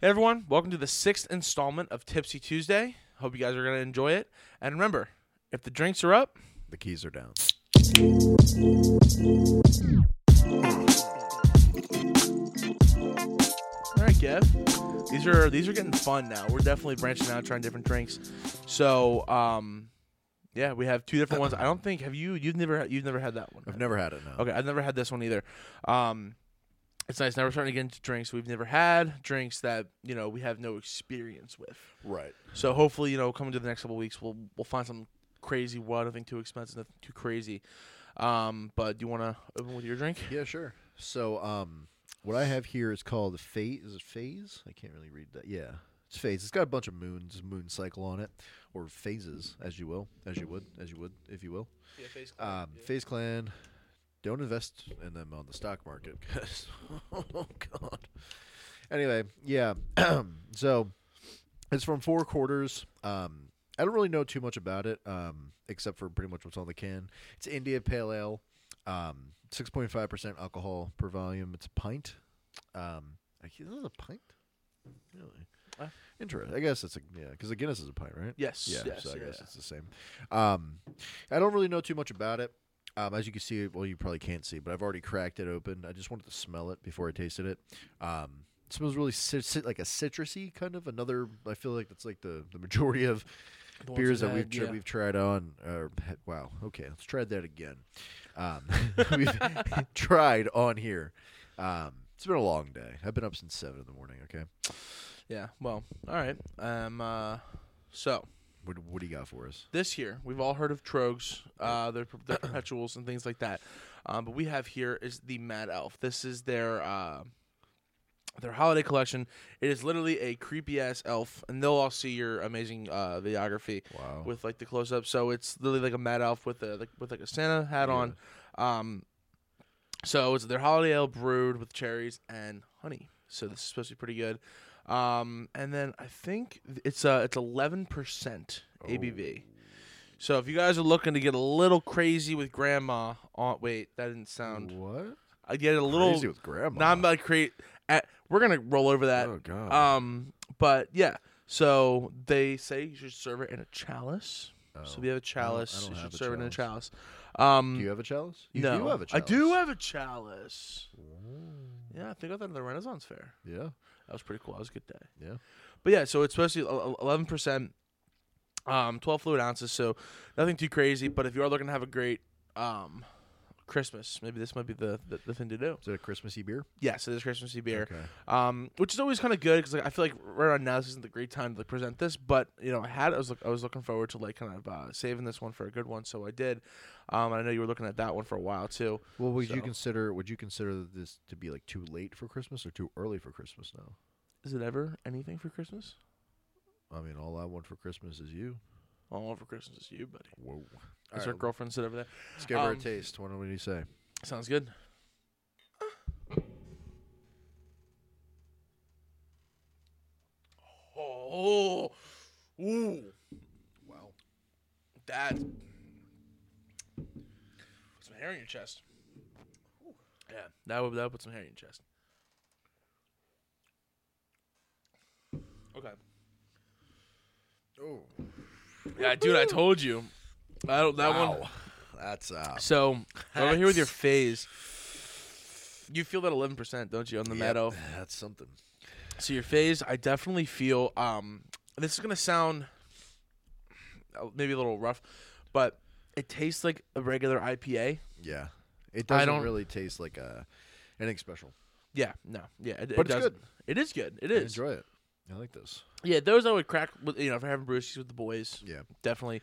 Hey everyone, welcome to the sixth installment of Tipsy Tuesday. Hope you guys are gonna enjoy it. And remember, if the drinks are up, The keys are down. all right, Kev. These are these are getting fun now. We're definitely branching out, trying different drinks. So, um, yeah, we have two different ones. I don't think have you you've never had you've never had that one. I've never had it now. Okay, I've never had this one either. Um, it's nice. Now we're starting to get into drinks we've never had, drinks that you know we have no experience with. Right. So hopefully, you know, coming to the next couple of weeks, we'll we'll find some crazy, well, nothing too expensive, nothing too crazy. Um, but do you want to open with your drink? Yeah, sure. So, um, what I have here is called phase. Is it phase? I can't really read that. Yeah, it's phase. It's got a bunch of moons, moon cycle on it, or phases, as you will, as you would, as you would, if you will. Yeah, face Um, Phase Clan. Don't invest in them on the stock market, 'cause- oh god. Anyway, yeah. so it's from Four Quarters. Um, I don't really know too much about it, um, except for pretty much what's on the can. It's India Pale Ale, um, six point five percent alcohol per volume. It's a pint. Um, I guess this is a pint. Really Uh. interesting. I guess it's a yeah, because the Guinness is a pint, right? Yes. Yeah, yes. so I yeah. guess it's the same. Um, I don't really know too much about it. Um, as you can see, well, you probably can't see, but I've already cracked it open. I just wanted to smell it before I tasted it. Um, it smells really cit- cit- like a citrusy kind of. Another, I feel like that's like the, the majority of The ones beers we've that we've had, tri- yeah. we've tried on. Or, wow, okay, let's try that again. Um, we've tried on here. Um, it's been a long day. I've been up since seven in the morning. Okay, Yeah. Well. All right. Um. Uh. So what what do you got for us? this year, we've all heard of trogs, uh, their, their perpetuals and things like that. Um, but we have here is the Mad Elf. This is their uh, their holiday collection. It is literally a creepy ass elf, and they'll all see your amazing uh, videography. Wow, with like the close up. So it's literally like a Mad Elf with a like, with like a Santa hat Yeah. on. Um, so it's their holiday ale brewed with cherries and honey. So this is supposed to be pretty good. Um, and then I think th- it's uh it's eleven percent ABV. Oh. So if you guys are looking to get a little crazy with grandma, on wait, that didn't sound. what? I get a little. Crazy with grandma. Not about create. At, we're gonna roll over that. oh god. Um, but yeah. So they say you should serve it in a chalice. So we have a chalice. don't you have should a serve it in a chalice. Um, Oh. do you have a chalice? You no, do have a chalice. I do have a chalice. Yeah, I think I got that in the Renaissance Fair. Yeah. That was pretty cool. That was a good day. Yeah. But yeah, so it's supposed to eleven percent, um, twelve fluid ounces. So nothing too crazy. But if you are looking to have a great um, Christmas, maybe this might be the the, the thing to do. Is it a Christmassy beer? Yeah, so there's Christmassy beer Okay. um, which is always kind of good because like, I feel like right around now this isn't the great time to like, present this, but you know I had I was look, I was looking forward to like kind of uh, saving this one for a good one, so I did. Um, and I know you were looking at that one for a while too. Well, would So- you consider would you consider this to be like too late for Christmas or too early for Christmas now? Is it ever anything for Christmas? I mean, all I want for Christmas is you. All over Christmas is you, buddy. Whoa. Is our girlfriend sit over there? let's give her um, a taste. What do you say? Sounds good. Oh, ooh, Wow. that. Put some hair in your chest. Yeah, that would that would put some hair in your chest. Okay. Oh. Yeah, dude, I told you. I don't, that wow. one. That's uh So over here with your phase, you feel that eleven percent, don't you, on the yep, meadow? That's something. So your phase, I definitely feel. Um, this is gonna sound uh, maybe a little rough, but it tastes like a regular IPA. Yeah. It I doesn't don't- really taste like a anything special. Yeah, no, yeah, it, But it it's does. good. It is good. It I is. enjoy it. I like this. Yeah, those I would crack with. You know, if I'm having brewskis with the boys, Yeah. definitely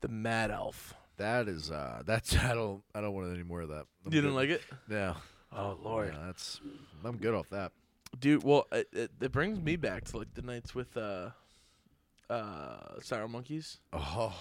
the Mad Elf. That is uh that's I don't I don't want any more of that. I'm You didn't good. like it? No. Oh lord, No, that's I'm good off that. dude. Well, it, it, it brings me back to like the nights with uh, uh, Sour Monkeys. Oh,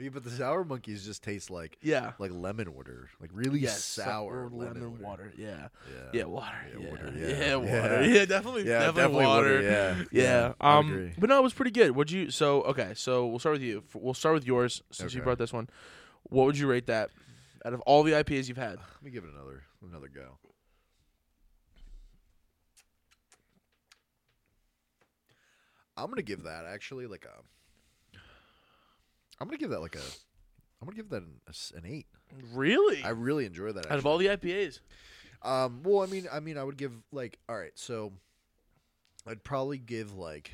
yeah, but the sour monkeys just taste like Yeah. like lemon water, like really Yes, so- sour or lemon, water. Yeah. Yeah, Yeah, water. Yeah, Yeah, water, Yeah, yeah. water. Yeah, Yeah. definitely, Yeah, definitely, definitely water. water. Yeah, Yeah. I would Um, agree. but no, it was pretty good. Would you? So okay, so we'll start with you. F- We'll start with yours since you Okay. brought this one. What would you rate that out of all the IPAs you've had? Let me give it another another go. I'm gonna give that actually like a. I'm gonna give that like a. I'm gonna give that an, a s- an eight. Really? I really enjoy that. Out of actually. all the IPAs, Um, well, I mean, I mean, I would give like, all right, so I'd probably give like,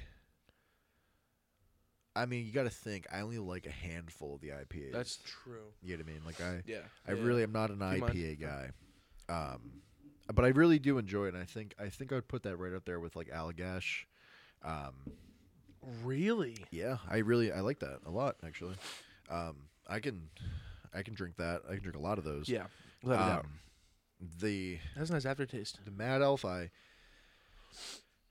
I mean, you got to think. I only like a handful of the IPAs. that's true. you know what I mean. Like I, Yeah. I really am not an you mind? IPA guy, um, but I really do enjoy it. And I think, I think I would put that right up there with like Allagash. Um, Really? yeah, I really, I like that a lot actually. Um, I can, I can drink that. I can drink a lot of those. Yeah. Without a doubt. Um, the That's a nice aftertaste. the Mad Elf, I.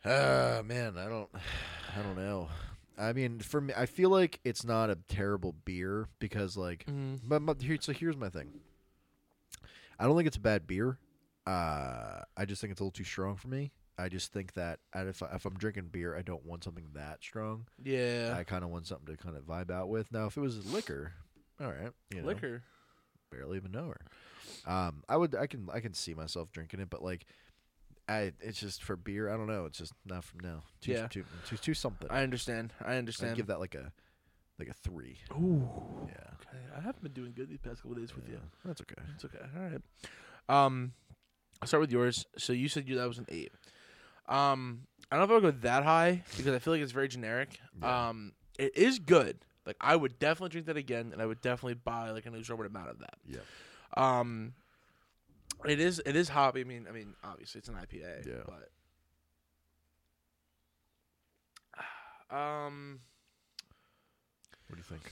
Ah, man, I don't, I don't know. I mean, for me, I feel like it's not a terrible beer because, like, Mm. but, but here, so here's my thing. I don't think it's a bad beer. Uh, I just think it's a little too strong for me. I just think that I- if I- if I'm drinking beer, I don't want something that strong. Yeah. I kind of want something to kind of vibe out with. Now, if it was liquor, all right, you know, Liquor. barely even know her. Um, I would, I can, I can see myself drinking it, but like, I, it's just for beer. I don't know. It's just not from now. Too, Yeah. too, too, too something. I understand. I I'd understand. give that like a, like a three. Ooh. Yeah, Okay. I have been doing good these past couple days with yeah. you. that's okay. It's okay. All right. Um, I'll start with yours. So you said you that was an eight. Um, I don't know if I would go that high because I feel like it's very generic. Yeah. Um, it is good. Like I would definitely drink that again, and I would definitely buy like an exorbitant amount of that. Yeah. Um, it is it is hoppy. I mean, I mean, obviously it's an IPA. Yeah. But um, What do you think?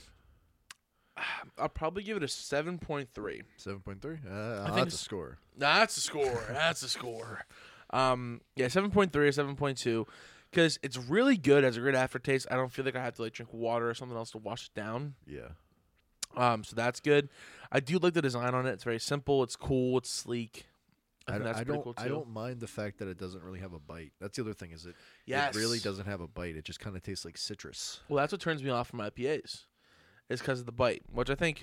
I'll probably give it a seven point three. Seven point three. Uh, think that's a it's- score. That's a score. That's a score. Um, yeah, seven point three or seven point two, because it's really good as a great aftertaste. I don't feel like I have to like drink water or something else to wash it down. Yeah, Um, so that's good. I do like the design on it. It's very simple. It's cool. It's sleek. I, I, think d- that's I pretty don't. cool too. I don't mind the fact that it doesn't really have a bite. That's the other thing. Is it? yes, It really doesn't have a bite. It just kind of tastes like citrus. Well, that's what turns me off from IPAs, is because of the bite, which I think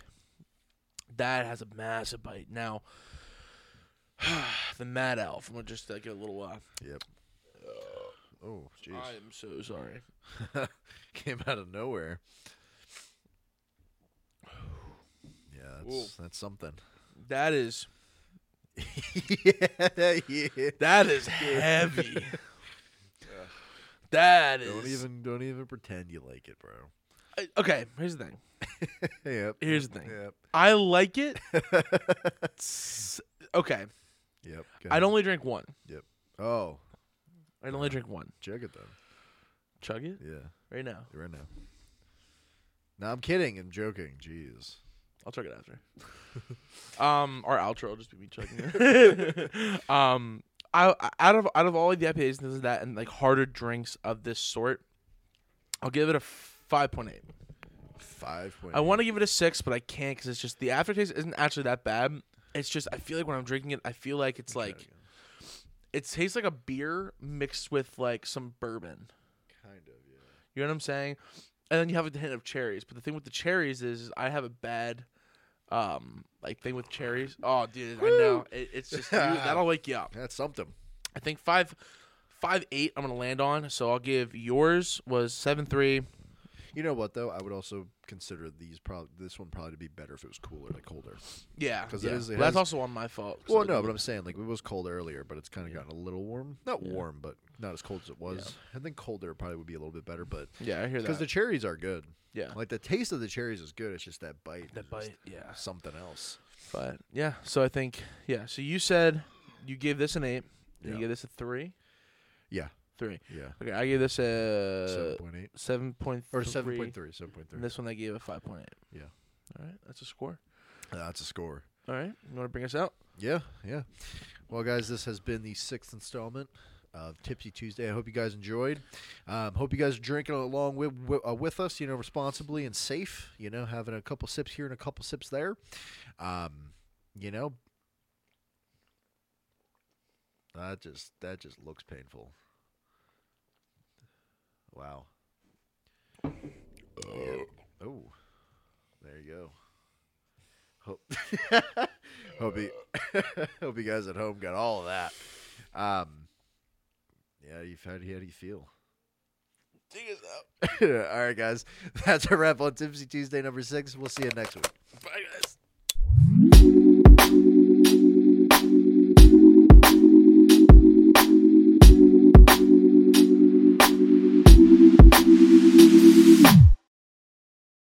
that has a massive bite. Now, the Mad Elf. I'm gonna just like, give it a little uh, while. Yep. Oh, jeez. I am so sorry. Came out of nowhere. Yeah, that's, that's something. That is yeah, yeah. That is heavy. that is Don't even don't even pretend you like it, bro. I- okay. Here's the thing. Yep. Here's the thing. Yep. I like it. yep. s- okay. go I'd ahead. only drink one. Oh, I'd only drink one. check it then. Chug it Yeah, right now. right now. No, I'm kidding. I'm joking. Jeez. I'll chug it after. um, our outro will just be me chugging it. um, I I- out of out of all the IPAs and this and that and like harder drinks of this sort, I'll give it a five point eight. Five point. I want to give it a six, but I can't because it's just the aftertaste isn't actually that bad. It's just I feel like when I'm drinking it, I feel like it's like it tastes like a beer mixed with like some bourbon. Kind of. Yeah. You know what I'm saying? And then you have a hint of cherries. But the thing with the cherries is, is I have a bad um like thing with cherries. Oh, dude, I know it, it's just you- that'll wake you up. That's something. I think five. Five eight, I'm gonna land on. So I'll give yours was seven three. You know what though? I would also consider these probably this one probably to be better if it was cooler, like colder. Yeah, 'Cause it yeah. is- it Well, that's has- also on my fault. 'cause Well, I no, didn't- but I'm saying like it was cold earlier, but it's kind of gotten a little warm. Not Yeah. warm, but not as cold as it was. I think colder probably would be a little bit better, but yeah, I hear that. because the cherries are good, yeah, like the taste of the cherries is good. It's just that bite. that is just bite. Yeah, Something else. But yeah, so I think yeah. So you said you gave this an eight. and Yeah. You gave this a three. Yeah. Three. Yeah. Okay, I gave this Seven a point eight seven point or seven point three. Seven point three. And this one I gave a five point eight. Yeah. All right, that's a score. That's a score. All right, you want to bring us out? Yeah, yeah. Well, guys, this has been the sixth installment of Tipsy Tuesday. I hope you guys enjoyed. Um, hope you guys are drinking along with, with, uh, with us, you know, responsibly and safe. You know, having a couple sips here and a couple sips there. Um, you know, that just that just looks painful. Wow. Yeah. Oh, there you go. Hope, hope, you, hope you guys at home got all of that. Um, yeah, you've had, how do you feel? Dig us out. All right, guys. That's a wrap on Tipsy Tuesday number six. We'll see you next week. Bye, guys.